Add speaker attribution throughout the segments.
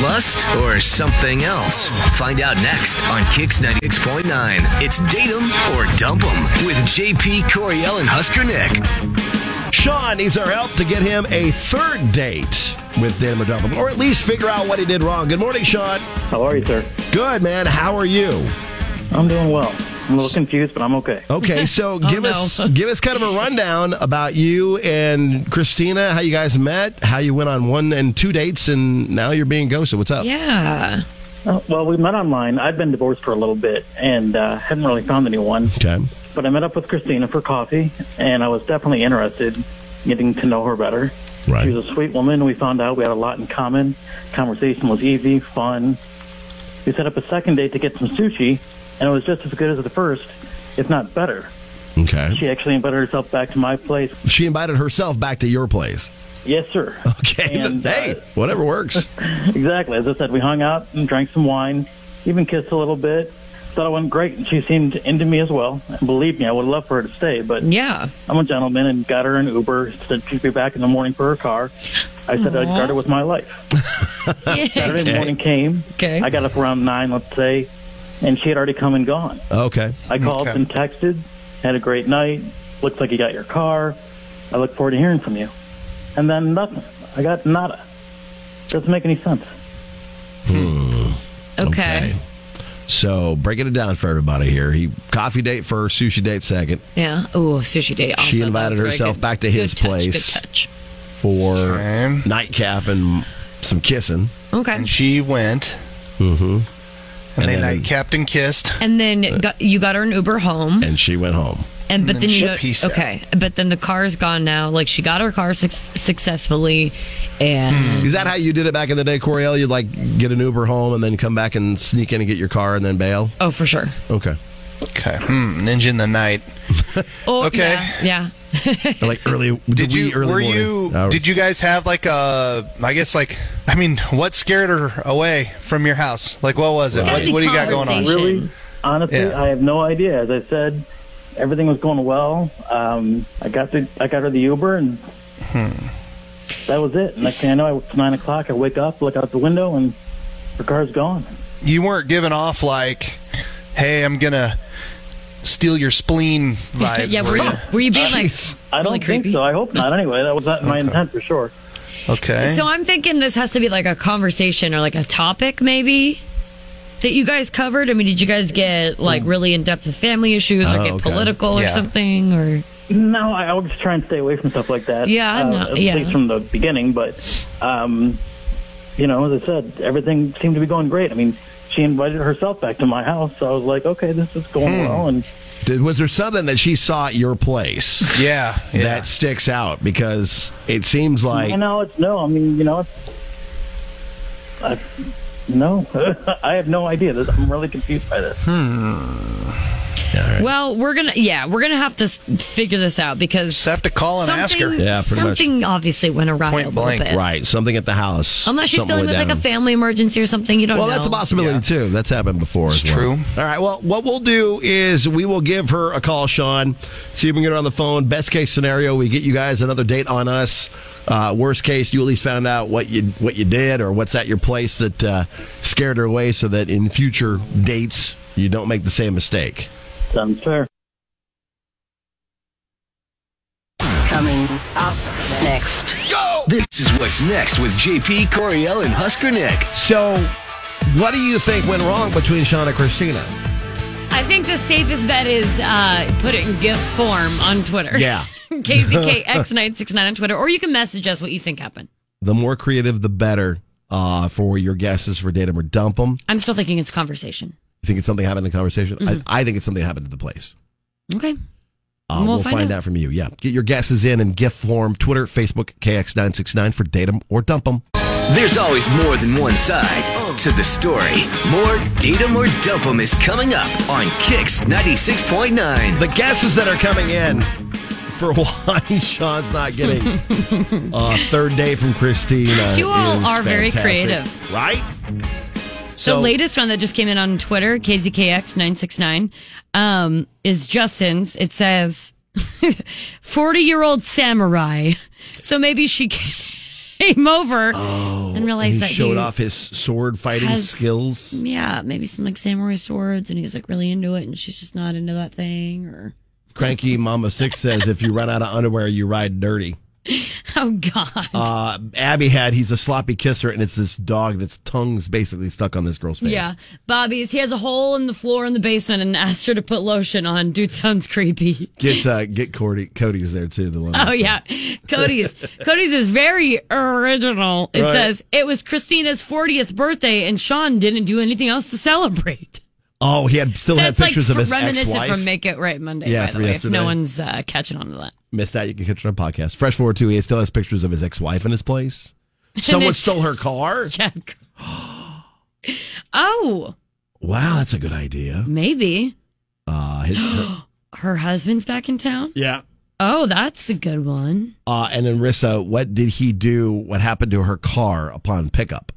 Speaker 1: lust or something else? Find out next on Kicks 96.9. It's Date 'em or Dump 'em with JP Coriel and Husker Nick.
Speaker 2: Sean needs our help to get him a third date with Dan McDuffie, or at least figure out what he did wrong. Good morning, Sean.
Speaker 3: How are you, sir?
Speaker 2: Good, man. How are you?
Speaker 3: I'm doing well. I'm a little confused, but I'm okay.
Speaker 2: Okay,
Speaker 4: Oh,
Speaker 2: so give us give us kind of a rundown about you and Christina, how you guys met, how you went on one and two dates, and now you're being ghosted. What's up?
Speaker 4: Yeah.
Speaker 3: Uh, well, we met online. I'd been divorced for a little bit and uh, hadn't really found anyone,
Speaker 2: Okay.
Speaker 3: but I met up with Christina for coffee, and I was definitely interested in getting to know her better. She was a sweet woman. We found out we had a lot in common. Conversation was easy, fun. We set up a second date to get some sushi, and it was just as good as the first, if not better.
Speaker 2: Okay.
Speaker 3: She actually invited herself back to my place.
Speaker 2: She invited herself back to your place.
Speaker 3: Yes, sir.
Speaker 2: Okay.
Speaker 3: And,
Speaker 2: hey,
Speaker 3: uh,
Speaker 2: whatever works.
Speaker 3: Exactly. As I said, we hung out and drank some wine, even kissed a little bit. Thought it went great, and she seemed into me as well. And believe me, I would love for her to stay, but
Speaker 4: Yeah.
Speaker 3: I'm a gentleman and got her an Uber. Said she'd be back in the morning for her car. I said I'd
Speaker 4: Aw.
Speaker 3: start it with my life. Saturday morning came.
Speaker 4: Okay.
Speaker 3: I got up around nine, let's say, and she had already come and gone.
Speaker 2: Okay.
Speaker 3: I called and texted. Had a great night. Looks like you got your car. I look forward to hearing from you. And then nothing. I got nada. Doesn't make any sense.
Speaker 4: Okay.
Speaker 2: So breaking it down for everybody here. He coffee date first, sushi date second.
Speaker 4: Yeah. Oh, sushi day. Also,
Speaker 2: She invited
Speaker 4: that was very
Speaker 2: herself
Speaker 4: good.
Speaker 2: back to his
Speaker 4: Good touch,
Speaker 2: place.
Speaker 4: Good touch.
Speaker 2: for nightcap and some kissing.
Speaker 4: Okay.
Speaker 5: And she went,
Speaker 2: Mm-hmm.
Speaker 5: and, they
Speaker 2: And then-
Speaker 5: night capped and kissed.
Speaker 4: And then got, you got her an Uber home,
Speaker 2: And she went home.
Speaker 4: and but
Speaker 5: then
Speaker 4: then, you
Speaker 5: she
Speaker 4: got,
Speaker 5: pieced out.
Speaker 4: okay, but then the car's gone now. Like she got her car suc successfully,
Speaker 5: Hmm.
Speaker 4: and
Speaker 2: Is that how you did it back in the day, Coriel? You'd like get an Uber home and then come back and sneak in and get your car and then bail?
Speaker 4: oh for sure.
Speaker 2: Okay.
Speaker 5: Okay, hmm, ninja in the night.
Speaker 4: Oh,
Speaker 5: Okay.
Speaker 4: Yeah. yeah.
Speaker 2: Like early.
Speaker 5: Did
Speaker 2: wee
Speaker 5: you?
Speaker 2: Early
Speaker 5: were
Speaker 2: morning Uh,
Speaker 5: you?
Speaker 2: hours.
Speaker 5: Did you guys have like a? I guess like. I mean, what scared her away from your house? Like, what was it?
Speaker 4: Gotta
Speaker 5: What,
Speaker 4: be
Speaker 5: what do you got going on?
Speaker 4: conversation.
Speaker 3: Really, honestly,
Speaker 5: Yeah.
Speaker 3: I have no idea. As I said, everything was going well. Um, I got the I got her the Uber, and that was it. Next thing I know, it's nine o'clock. I wake up, look out the window, and her car's gone.
Speaker 5: You weren't giving off like, "Hey, I'm gonna steal your spleen" vibes.
Speaker 4: yeah.
Speaker 5: were
Speaker 4: Were you,
Speaker 5: ya?
Speaker 4: were you being like?
Speaker 3: I don't
Speaker 4: Really
Speaker 3: think
Speaker 4: creepy.
Speaker 3: so. I hope not. Anyway, that was not my intent for sure.
Speaker 5: Okay.
Speaker 4: So I'm thinking this has to be like a conversation or like a topic maybe that you guys covered. I mean, did you guys get like really in depth with family issues or
Speaker 2: Hmm. Oh,
Speaker 4: get
Speaker 2: okay.
Speaker 4: political or
Speaker 5: Yeah.
Speaker 4: something or
Speaker 3: No, I, I would just try and stay away from stuff like that.
Speaker 4: Yeah,
Speaker 3: uh,
Speaker 4: no,
Speaker 3: at
Speaker 4: yeah.
Speaker 3: least from the beginning. But um, you know, as I said, everything seemed to be going great. I mean, she invited herself back to my house, so I was like, okay, this is going well, and.
Speaker 2: Did- was there something that she saw at your place
Speaker 5: yeah. Yeah.
Speaker 2: that sticks out? Because it seems like.
Speaker 3: I know it's no. I mean, you know, it's, I, no. I have no idea. This, I'm really confused by this.
Speaker 4: Well, we're going to yeah, we're going to have to s- figure this out because
Speaker 5: Just have to call and ask her.
Speaker 4: something,
Speaker 2: Yeah, pretty much.
Speaker 4: something obviously went awry
Speaker 5: Point
Speaker 4: a little
Speaker 5: blank,
Speaker 4: bit.
Speaker 2: Right, something at the house.
Speaker 4: Unless she's
Speaker 2: something
Speaker 4: dealing with
Speaker 2: went
Speaker 4: like a
Speaker 2: down.
Speaker 4: family emergency or something, you don't
Speaker 2: Well,
Speaker 4: know.
Speaker 2: that's a possibility
Speaker 5: Yeah.
Speaker 2: too. That's happened before. as
Speaker 5: It's
Speaker 2: well.
Speaker 5: true.
Speaker 2: All right. Well, what we'll do is we will give her a call, Sean. See if we can get her on the phone. Best case scenario, we get you guys another date on us. Uh, worst case, you at least found out what you what you did or what's at your place that uh, scared her away, so that in future dates you don't make the same mistake.
Speaker 3: Sounds fair.
Speaker 6: Coming up next.
Speaker 1: This is what's next with JP Coriel and Husker Nick.
Speaker 2: So, what do you think went wrong between Sean and Christina?
Speaker 4: I think the safest bet is uh, put it in gift form on Twitter.
Speaker 2: Yeah.
Speaker 4: KZKX969 on Twitter, or you can message us what you think happened.
Speaker 2: The more creative, the better uh, for your guesses for date 'em or dump 'em.
Speaker 4: I'm still thinking it's conversation.
Speaker 2: You think it's something happened in the conversation?
Speaker 4: Mm-hmm.
Speaker 2: I, I think it's something that happened at the place.
Speaker 4: Okay.
Speaker 2: Uh,
Speaker 4: We'll
Speaker 2: we'll,
Speaker 4: find
Speaker 2: find,
Speaker 4: out.
Speaker 2: out. from you. Yeah. Get your guesses in in GIF form, Twitter, Facebook, KX969 for date 'em or dump 'em.
Speaker 1: There's always more than one side to the story. More Date 'em or Dump 'em is coming up on Kicks 96.9.
Speaker 2: The guesses that are coming in for why Sean's not getting uh, third day from Christina.
Speaker 4: You all
Speaker 2: is
Speaker 4: are very
Speaker 2: fantastic.
Speaker 4: creative.
Speaker 2: Right?
Speaker 4: the latest one that just came in on Twitter, KZKX969, um, is Justin's. It says 40 year old samurai. So maybe she came over and realized
Speaker 2: he
Speaker 4: that
Speaker 2: showed
Speaker 4: he,
Speaker 2: off his sword fighting
Speaker 4: has-
Speaker 2: skills.
Speaker 4: yeah, maybe some like samurai swords, and he's like really into it, and she's just not into that thing. Or
Speaker 2: Cranky Mama Six says, "If you run out of underwear, you ride dirty."
Speaker 4: oh god,
Speaker 2: Uh, Abby had he's a sloppy kisser, and it's this dog that's tongue's basically stuck on this girl's face.
Speaker 4: yeah, Bobby's. He has a hole in the floor in the basement, and asked her to put lotion on. Dude sounds creepy.
Speaker 2: Get uh, get Cody. Cody's there too. The one.
Speaker 4: Oh yeah, Cody's. Cody's is very original. It
Speaker 2: Right.
Speaker 4: says it was Christina's 40th birthday, and Sean didn't do anything else to celebrate.
Speaker 2: Oh, he had still had
Speaker 4: That's like
Speaker 2: pictures of his
Speaker 4: reminiscent
Speaker 2: ex-wife.
Speaker 4: from Make It Right Monday.
Speaker 2: Yeah,
Speaker 4: by the
Speaker 2: from
Speaker 4: way, if
Speaker 2: yesterday.
Speaker 4: no one's uh, catching on to that.
Speaker 2: Missed that? You can catch it on podcast. Fresh forward two. He still has pictures of his ex-wife in his place. Someone
Speaker 4: it's-
Speaker 2: stole her car.
Speaker 4: Check. oh,
Speaker 2: Wow, that's a good idea.
Speaker 4: maybe
Speaker 2: Uh, his, her-
Speaker 4: her husband's back in town.
Speaker 2: yeah.
Speaker 4: Oh, that's a good one.
Speaker 2: Uh, and then Rissa, what did he do? What happened to her car upon pickup?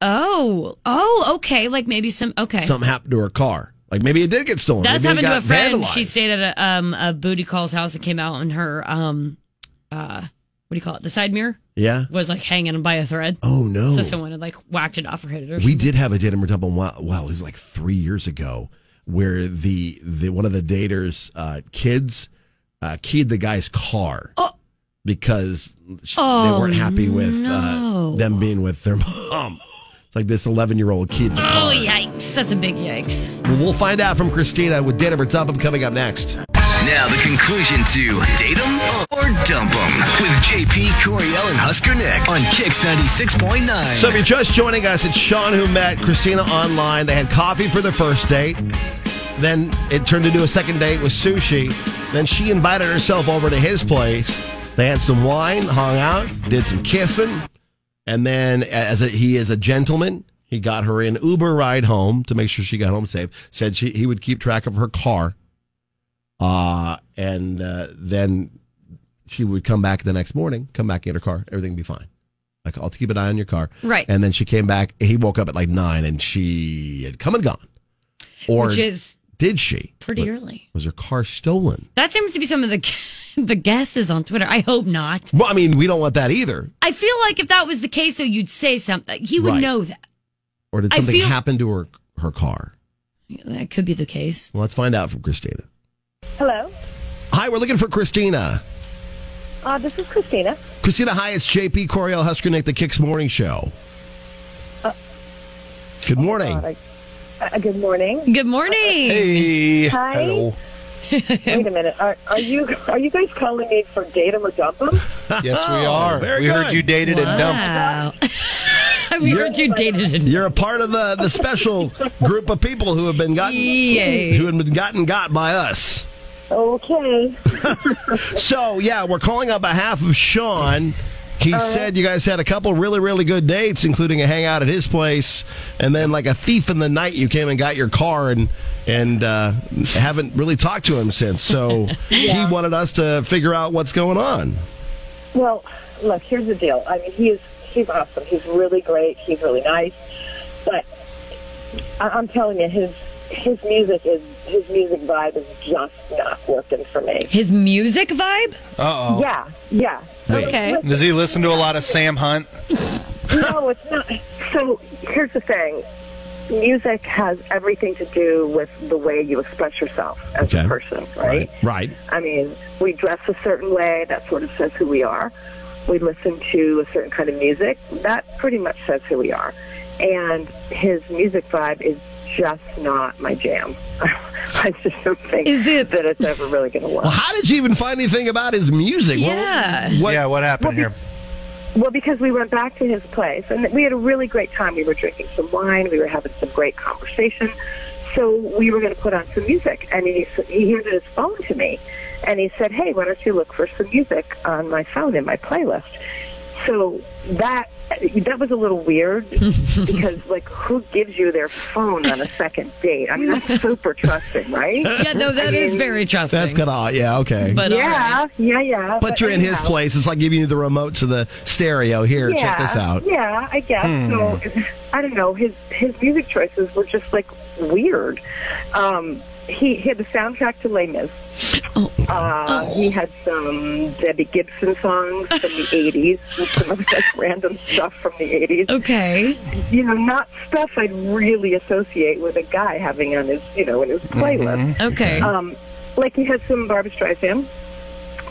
Speaker 4: Oh, oh, okay. Like maybe some. Okay,
Speaker 2: Something happened to her car. Like maybe it did get stolen.
Speaker 4: that's
Speaker 2: maybe it
Speaker 4: happened to a
Speaker 2: got
Speaker 4: friend.
Speaker 2: vandalized.
Speaker 4: She stayed at a um a booty call's house and came out, and her um uh what do you call it? The side mirror
Speaker 2: Yeah.
Speaker 4: was like hanging by a thread.
Speaker 2: Oh no.
Speaker 4: So someone had like whacked it off or hit it or
Speaker 2: We did have a date and double. Wow, wow, it was like three years ago, where the the one of the daters' uh, kids uh, keyed the guy's car because sh they
Speaker 4: Oh,
Speaker 2: weren't happy with
Speaker 4: no.
Speaker 2: uh, them being with their mom. It's like this eleven year old keyed the
Speaker 4: Oh
Speaker 2: car.
Speaker 4: yikes! That's a big yikes.
Speaker 2: Well, we'll find out from Christina with date and double coming up next.
Speaker 1: Now the conclusion to date 'em or dump 'em with JP Coriel and Husker Nick on Kix 96.9.
Speaker 2: So if you're just joining us, it's Sean who met Christina online. They had coffee for the first date. Then it turned into a second date with sushi. Then she invited herself over to his place. They had some wine, hung out, did some kissing. And then, as a, he is a gentleman, he got her an Uber ride home to make sure she got home safe. Said she, he would keep track of her car. Uh, and uh, then she would come back the next morning, come back in her car, everything would be fine. Like, I'll keep an eye on your car.
Speaker 4: Right.
Speaker 2: And then she came back. He woke up at like nine and she had come and gone. Or
Speaker 4: Which is
Speaker 2: did she?
Speaker 4: pretty
Speaker 2: was,
Speaker 4: early.
Speaker 2: was her car stolen?
Speaker 4: That seems to be some of the the guesses on Twitter. I hope not.
Speaker 2: Well, I mean, we don't want that either.
Speaker 4: I feel like if that was the case, though, you'd say something. He would
Speaker 2: Right.
Speaker 4: know that.
Speaker 2: Or did
Speaker 4: I
Speaker 2: something
Speaker 4: feel-
Speaker 2: happen to her her car?
Speaker 4: That could be the case.
Speaker 2: Well, let's find out from Christina.
Speaker 7: Hello,
Speaker 2: Hi, we're looking for Christina.
Speaker 7: uh, this is Christina.
Speaker 2: Christina, hi, it's JP Coriel Husker Nick, the Kicks Morning Show. Good morning.
Speaker 7: Uh, uh, good morning.
Speaker 4: Good morning.
Speaker 5: Hey.
Speaker 7: Hi.
Speaker 5: Hello.
Speaker 7: Wait a minute. Are, are you are you guys calling me for datum or dump 'em?
Speaker 5: Yes, we are.
Speaker 2: very
Speaker 5: we heard
Speaker 2: good.
Speaker 5: you dated and dumped.
Speaker 4: Wow. we heard you dated and
Speaker 2: You're a part of the, the special group of people who have been gotten
Speaker 4: Yay.
Speaker 2: who have been gotten got by us.
Speaker 7: Okay.
Speaker 2: So yeah, we're calling on behalf of Sean. He
Speaker 4: Uh-huh.
Speaker 2: said you guys had a couple really, really good dates, including a hangout at his place, and then like a thief in the night, you came and got your car and and uh, haven't really talked to him since. So he wanted us to figure out what's going on.
Speaker 7: Well, look. Here's the deal. I mean, he is he's awesome. He's really great. He's really nice. But I, I'm telling you, his his music is his music vibe is just not working for me.
Speaker 4: his music vibe.
Speaker 5: Uh oh.
Speaker 7: Yeah. Yeah.
Speaker 4: Okay.
Speaker 5: Does he listen to a lot of Sam Hunt?
Speaker 7: No, it's not. So here's the thing. Music has everything to do with the way you express yourself as
Speaker 2: Okay.
Speaker 7: a person, right?
Speaker 2: Right.
Speaker 7: I mean, we dress a certain way. That sort of says who we are. We listen to a certain kind of music. That pretty much says who we are. And his music vibe is just not my jam. I just don't think
Speaker 4: Is it-
Speaker 7: that it's ever really going to work.
Speaker 2: Well, how did you even find anything about his music? Well,
Speaker 4: Yeah.
Speaker 2: what-
Speaker 5: Yeah, what happened here?
Speaker 7: Well, because we went back to his place and we had a really great time. We were drinking some wine. We were having some great conversation. So we were going to put on some music. And he, s- he handed his phone to me. And he said, hey, why don't you look for some music on my phone in my playlist? So that that was a little weird because like who gives you their phone on a second date? I mean that's super trusting, right?
Speaker 4: Yeah, no, that is very trusting.
Speaker 2: That's kind of yeah. Okay.
Speaker 4: But uh, all right.
Speaker 7: yeah, yeah, yeah.
Speaker 2: But, you're in his
Speaker 7: anyhow.
Speaker 2: place. It's like giving you the remote to the stereo. Here, check this out. Hmm.
Speaker 7: Yeah, I guess. So I don't know. His his music choices were just like weird. Um, he, he had the soundtrack to Les Mis.
Speaker 2: Oh.
Speaker 7: Uh, He had some Debbie Gibson songs from the 80s, and some of that random stuff from the 80s
Speaker 2: Oh.
Speaker 4: Okay.
Speaker 7: you know, not stuff I'd really associate with a guy having on his, you know, in his
Speaker 2: Mm-hmm.
Speaker 7: playlist.
Speaker 4: Okay.
Speaker 7: Um, like he had some Barbra Streisand.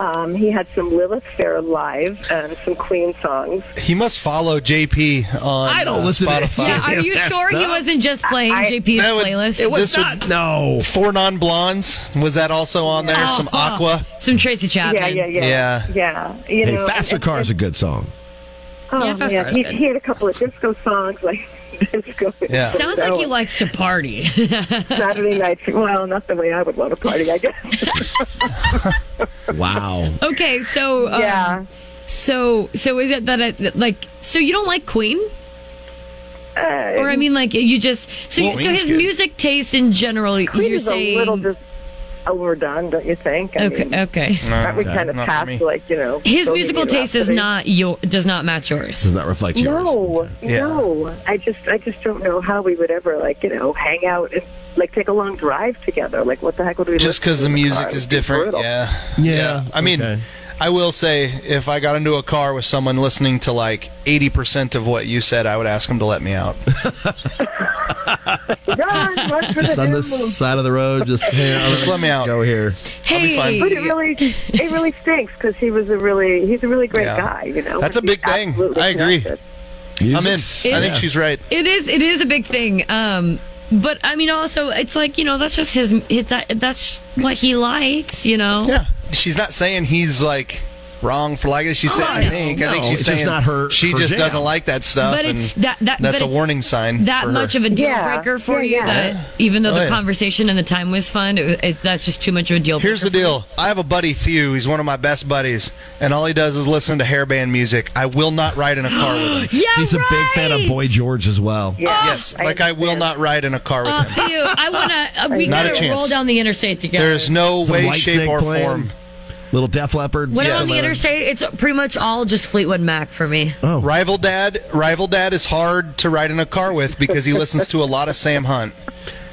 Speaker 7: Um, he had some Lilith Fair live and some Queen songs.
Speaker 5: He must follow JP on
Speaker 2: I don't
Speaker 5: uh,
Speaker 2: listen to
Speaker 5: Spotify.
Speaker 2: him.
Speaker 4: yeah, are you
Speaker 2: That's
Speaker 4: sure he
Speaker 2: tough.
Speaker 4: wasn't just playing
Speaker 7: I-
Speaker 4: JP's
Speaker 5: that would-
Speaker 4: playlist?
Speaker 2: It was
Speaker 5: This would-
Speaker 2: not. no.
Speaker 5: Four non blondes. Was that also on there? Some
Speaker 4: Oh,
Speaker 5: Aqua.
Speaker 4: Some Tracy Chapman.
Speaker 7: Yeah, yeah, yeah,
Speaker 5: Yeah.
Speaker 7: yeah. You
Speaker 2: Hey,
Speaker 7: know,
Speaker 2: Faster
Speaker 7: and-
Speaker 2: Car is a good song.
Speaker 7: Oh,
Speaker 4: Yeah,
Speaker 7: yeah,
Speaker 4: Fast Car is
Speaker 7: he,
Speaker 4: good.
Speaker 7: he had a couple of disco songs, like disco.
Speaker 5: Yeah.
Speaker 4: Sounds like he likes to party.
Speaker 7: Saturday nights. Well, not the way I would want to party, I guess.
Speaker 2: Wow.
Speaker 4: okay, so um,
Speaker 7: yeah.
Speaker 4: So so is it that I, that, like so you don't like Queen?
Speaker 7: Uh,
Speaker 4: Or I mean like you just so you, so
Speaker 5: Queen's
Speaker 4: his
Speaker 5: good.
Speaker 4: music taste in general
Speaker 7: Queen
Speaker 4: you're
Speaker 7: is a little
Speaker 4: saying
Speaker 7: just overdone, don't you think? I mean,
Speaker 4: okay okay
Speaker 7: aren't we kind of
Speaker 5: not for me.
Speaker 7: past like you know?
Speaker 4: his
Speaker 7: Bohemian
Speaker 4: musical taste is
Speaker 7: Rhapsody?
Speaker 4: not your does not match
Speaker 2: Does
Speaker 4: yours.
Speaker 2: not reflect yours.
Speaker 7: No,
Speaker 5: Yeah.
Speaker 7: no. I just, I just don't know how we would ever like, you know, hang out and like take a long drive together. Like, what the heck would we?
Speaker 5: Just
Speaker 7: listen
Speaker 5: because
Speaker 7: to
Speaker 5: the
Speaker 7: in
Speaker 5: music
Speaker 7: car?
Speaker 5: is
Speaker 7: It'd be
Speaker 5: different.
Speaker 7: brutal.
Speaker 5: Yeah.
Speaker 2: Yeah,
Speaker 5: I mean,
Speaker 2: okay.
Speaker 5: I will say, if I got into a car with someone listening to like 80% of what you said, I would ask them to let me out.
Speaker 7: Run, run for
Speaker 2: Just
Speaker 7: the
Speaker 2: on
Speaker 7: hills.
Speaker 2: this side of the road, just, hey, I'm
Speaker 5: Just
Speaker 2: gonna
Speaker 5: let me out.
Speaker 2: Go here.
Speaker 5: be fine.
Speaker 4: Hey,
Speaker 7: But it really, it really stinks because he was a really, he's a really great
Speaker 5: Yeah.
Speaker 7: guy. You know,
Speaker 5: That's a
Speaker 7: He's
Speaker 5: big bang.
Speaker 7: absolutely
Speaker 5: I agree.
Speaker 7: connected.
Speaker 5: I'm in. I
Speaker 2: Music's-
Speaker 5: think
Speaker 2: yeah.
Speaker 5: she's right.
Speaker 4: it is it is a big thing. Um but I mean also it's like, you know, that's just his, his that, that's what he likes, you know.
Speaker 5: Yeah. She's not saying he's like wrong for liking it. She's saying, I
Speaker 4: no.
Speaker 5: think, I
Speaker 2: No,
Speaker 5: think she's
Speaker 2: it's just
Speaker 5: saying
Speaker 2: not her-
Speaker 5: she
Speaker 2: her
Speaker 5: just
Speaker 2: jam.
Speaker 5: doesn't like that stuff.
Speaker 4: But
Speaker 5: and
Speaker 4: it's that- that- but
Speaker 5: that's a
Speaker 4: it's
Speaker 5: warning sign.
Speaker 4: that
Speaker 5: for her.
Speaker 4: much of a deal
Speaker 7: Yeah,
Speaker 4: breaker for
Speaker 7: yeah,
Speaker 4: you
Speaker 7: yeah.
Speaker 4: that even though
Speaker 5: Oh,
Speaker 4: the
Speaker 5: yeah.
Speaker 4: conversation and the time was fun, it, it's that's just too much of a deal.
Speaker 5: Here's the deal. I have a buddy, Thew. He's one of my best buddies, and all he does is listen to hairband music. I will not ride in a car with him.
Speaker 4: yeah,
Speaker 2: He's a big fan
Speaker 4: right!
Speaker 2: of Boy George as well.
Speaker 7: Yeah,
Speaker 5: yes, like I will
Speaker 7: understand.
Speaker 5: not ride in a car with
Speaker 4: Uh,
Speaker 5: him.
Speaker 4: Theo, I want to. Uh, we
Speaker 5: Not a
Speaker 4: gotta
Speaker 5: chance.
Speaker 4: roll down the interstate together.
Speaker 5: There's no
Speaker 2: Some
Speaker 5: way,
Speaker 2: White
Speaker 5: shape,
Speaker 2: Snake
Speaker 5: or
Speaker 2: playing.
Speaker 5: form.
Speaker 2: Little Def Leppard.
Speaker 4: when
Speaker 5: Yeah.
Speaker 4: I'm on the interstate, it's pretty much all just Fleetwood Mac for me.
Speaker 2: Oh, right.
Speaker 5: Rival dad, rival dad is hard to ride in a car with because he listens to a lot of Sam Hunt,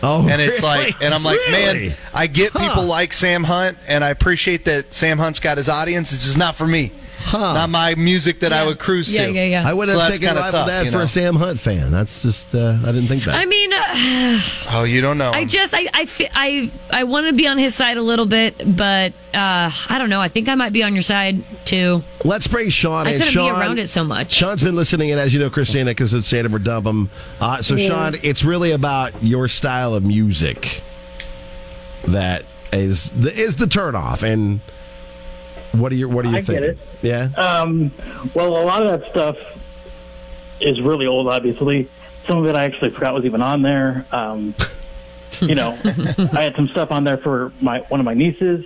Speaker 2: Oh,
Speaker 5: and it's like,
Speaker 2: really?
Speaker 5: and I'm like,
Speaker 2: Really?
Speaker 5: man, I get people like Sam Hunt, and I appreciate that Sam Hunt's got his audience. It's just not for me, not my music that I would cruise
Speaker 4: Yeah,
Speaker 5: to.
Speaker 4: yeah, yeah.
Speaker 2: I would have
Speaker 5: So that's
Speaker 2: taken
Speaker 5: kinda
Speaker 2: Rival
Speaker 5: tough,
Speaker 2: Dad
Speaker 5: you
Speaker 2: for
Speaker 5: know.
Speaker 2: a Sam Hunt fan. That's just, uh, I didn't think that.
Speaker 4: I mean, uh,
Speaker 5: Oh, you don't know.
Speaker 4: I just, I, I, fe- I, I want to be on his side a little bit, but uh, I don't know. I think I might be on your side too.
Speaker 2: Let's bring Sean
Speaker 4: I
Speaker 2: in.
Speaker 4: couldn't
Speaker 2: Sean,
Speaker 4: be around it so much.
Speaker 2: Sean's been listening, and as you know, Christina, because it's Santa or Dump 'Em. Uh, so, Sean, it's really about your style of music that is the, is the turnoff. And what do you what do you
Speaker 3: I
Speaker 2: think?
Speaker 3: get it.
Speaker 2: Yeah,
Speaker 3: Um, well, a lot of that stuff is really old, obviously. Some of it I actually forgot was even on there. Um, you know, I had some stuff on there for my one of my nieces,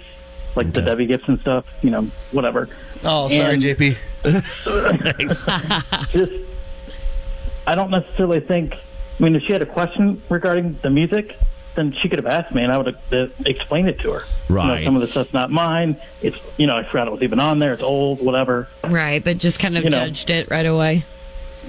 Speaker 3: like the Debbie Gibson stuff. You know, whatever.
Speaker 5: oh, sorry,
Speaker 3: and-
Speaker 5: JP.
Speaker 3: Just, I don't necessarily think. I mean, if she had a question regarding the music, then she could have asked me, and I would have uh, explained it to her. You
Speaker 2: Right.
Speaker 3: know, some of the stuff's not mine. It's you know, I forgot it was even on there. It's old, whatever.
Speaker 4: Right, but just kind of
Speaker 3: You know.
Speaker 4: judged it right away.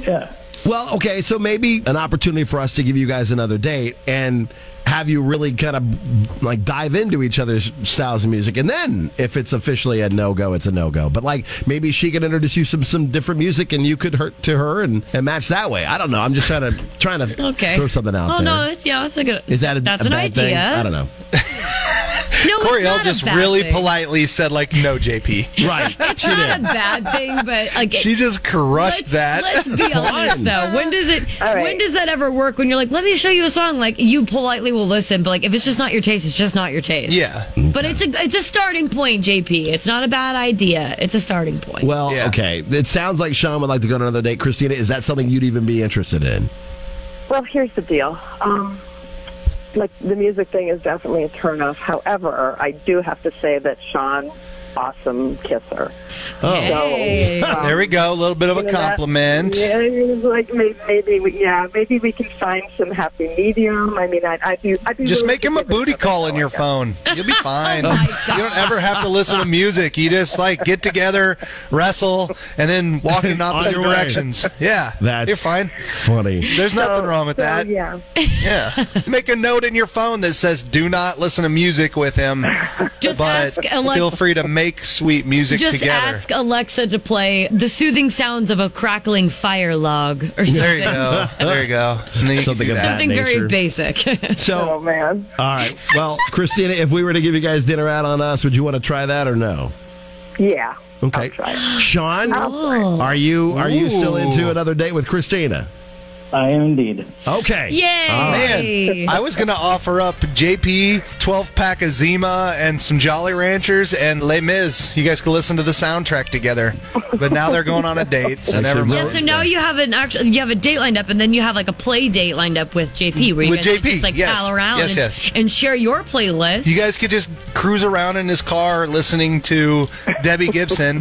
Speaker 3: Yeah.
Speaker 2: Well, okay, so maybe an opportunity for us to give you guys another date and have you really kind of like dive into each other's styles of music. And then if it's officially a no go, it's a no go. But like maybe she could introduce you some some different music and you could hurt to her and, and match that way. I don't know. I'm just trying to trying to
Speaker 4: Okay.
Speaker 2: throw something out
Speaker 4: oh,
Speaker 2: there.
Speaker 4: no, it's yeah, that's a good.
Speaker 2: Is that a,
Speaker 4: that's
Speaker 2: a
Speaker 4: an
Speaker 2: bad
Speaker 4: idea?
Speaker 2: thing? I don't know.
Speaker 4: No, it's
Speaker 5: Coriel
Speaker 4: not a
Speaker 5: just
Speaker 4: bad
Speaker 5: really
Speaker 4: thing.
Speaker 5: politely said, like, no, JP.
Speaker 2: Right.
Speaker 4: It's not a bad thing, but like
Speaker 5: She just
Speaker 4: let's,
Speaker 5: crushed that.
Speaker 4: Let's be honest though. When does it?
Speaker 7: All right.
Speaker 4: When does that ever work? When you're like, let me show you a song. Like you politely will listen, but like if it's just not your taste, it's just not your taste.
Speaker 5: yeah.
Speaker 4: But it's a it's a starting point, JP. It's not a bad idea. It's a starting point.
Speaker 2: Well,
Speaker 5: Yeah.
Speaker 2: okay. It sounds like Sean would like to go on another date. Christina, is that something you'd even be interested in?
Speaker 7: Well, here's the deal. Um, like the music thing is definitely a turnoff. However, I do have to say that Sean awesome kisser.
Speaker 4: Hey.
Speaker 7: So, um,
Speaker 5: There we go. A little bit of a
Speaker 7: you know, that-
Speaker 5: compliment.
Speaker 7: Yeah, I mean, like maybe, maybe we, yeah, maybe we can find some happy medium. I mean, I'd, I'd be, I'd be
Speaker 5: Just
Speaker 7: willing
Speaker 5: make
Speaker 7: to
Speaker 5: him a
Speaker 7: give it
Speaker 5: booty
Speaker 7: another
Speaker 5: call
Speaker 7: go,
Speaker 5: in
Speaker 7: I
Speaker 5: your
Speaker 7: guess.
Speaker 5: phone. You'll be fine.
Speaker 4: Oh my
Speaker 5: you don't ever have to listen to music. You just like get together, wrestle, and then walk in opposite
Speaker 2: your way.
Speaker 5: directions. Yeah,
Speaker 2: That's
Speaker 5: you're fine.
Speaker 2: Funny.
Speaker 5: There's nothing wrong with
Speaker 7: So,
Speaker 5: that.
Speaker 7: uh, yeah.
Speaker 5: Yeah. Make a note in your phone that says "Do not listen to music with him."
Speaker 4: Just
Speaker 5: but
Speaker 4: ask Alexa.
Speaker 5: feel free to make sweet music
Speaker 4: Just
Speaker 5: together.
Speaker 4: ask Alexa to play the soothing sounds of a crackling fire log or something.
Speaker 5: There you go. There you go. And then you
Speaker 2: Something
Speaker 5: can do
Speaker 2: of
Speaker 5: that.
Speaker 4: Something
Speaker 2: nature.
Speaker 4: very basic.
Speaker 7: Oh
Speaker 2: So,
Speaker 7: man.
Speaker 2: all right. Well, Christina, if we were to give you guys dinner out on us, would you want to try that or no?
Speaker 7: Yeah.
Speaker 2: Okay.
Speaker 7: I'll try it.
Speaker 2: Sean,
Speaker 4: Oh.
Speaker 2: are you are you still
Speaker 5: Ooh.
Speaker 2: into another date with Christina?
Speaker 3: I am indeed.
Speaker 2: Okay.
Speaker 4: Yay!
Speaker 5: Oh, Man, I was gonna offer up JP, twelve pack of Zima, and some Jolly Ranchers and Les Mis. You guys could listen to the soundtrack together. But now they're going on a date, so
Speaker 2: Actually,
Speaker 5: never
Speaker 2: no.
Speaker 5: mind.
Speaker 4: yeah, so now you have an actual you have a date lined up, and then you have like a play date lined up with JP, where you
Speaker 5: With
Speaker 4: guys
Speaker 5: JP,
Speaker 4: just like
Speaker 5: yes.
Speaker 4: pal around
Speaker 5: Yes,
Speaker 4: and,
Speaker 5: yes.
Speaker 4: and share your playlist.
Speaker 5: You guys could just cruise around in his car listening to Debbie Gibson.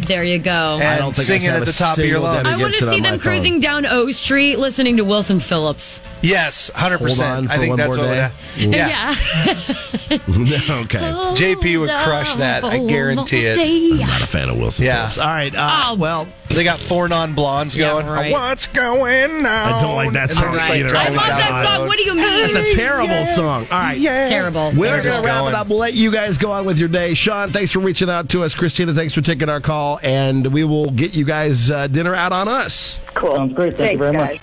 Speaker 4: there you go.
Speaker 5: And
Speaker 2: I don't think I
Speaker 5: singing
Speaker 2: have
Speaker 5: at
Speaker 2: a
Speaker 5: the top of your
Speaker 2: single
Speaker 5: lungs.
Speaker 2: Debbie
Speaker 4: I want to
Speaker 2: Gibson
Speaker 4: see
Speaker 2: on my
Speaker 4: them cruising
Speaker 2: phone.
Speaker 4: down O Street listening to Wilson Phillips.
Speaker 5: Yes, hundred
Speaker 2: Hold on
Speaker 5: percent. I
Speaker 2: for
Speaker 5: think
Speaker 2: one
Speaker 5: that's
Speaker 2: more
Speaker 5: what.
Speaker 2: day.
Speaker 5: Would, yeah.
Speaker 4: Oh.
Speaker 2: okay.
Speaker 5: JP would crush that, I guarantee it.
Speaker 2: Not a fan of Wilson.
Speaker 5: Yeah.
Speaker 2: Phillips. All right. Uh,
Speaker 4: Oh.
Speaker 2: Well,
Speaker 5: they got four non blondes
Speaker 4: Yeah,
Speaker 5: going.
Speaker 4: right.
Speaker 5: What's going on?
Speaker 2: I don't like that song
Speaker 5: just, like,
Speaker 2: either.
Speaker 4: I
Speaker 5: driving
Speaker 4: love that
Speaker 5: down
Speaker 4: song. What do you mean?
Speaker 2: It's a terrible song. All right.
Speaker 4: Terrible.
Speaker 2: We're
Speaker 5: They're
Speaker 2: going to
Speaker 5: just
Speaker 2: wrap
Speaker 5: going.
Speaker 2: it up. We'll let you guys go on with your day. Sean, thanks for reaching out to us. Christina, thanks for taking our call, and we will get you guys uh, dinner out on us.
Speaker 7: Cool.
Speaker 3: Sounds great. Thank you
Speaker 7: Thanks,
Speaker 3: very much.
Speaker 7: guys.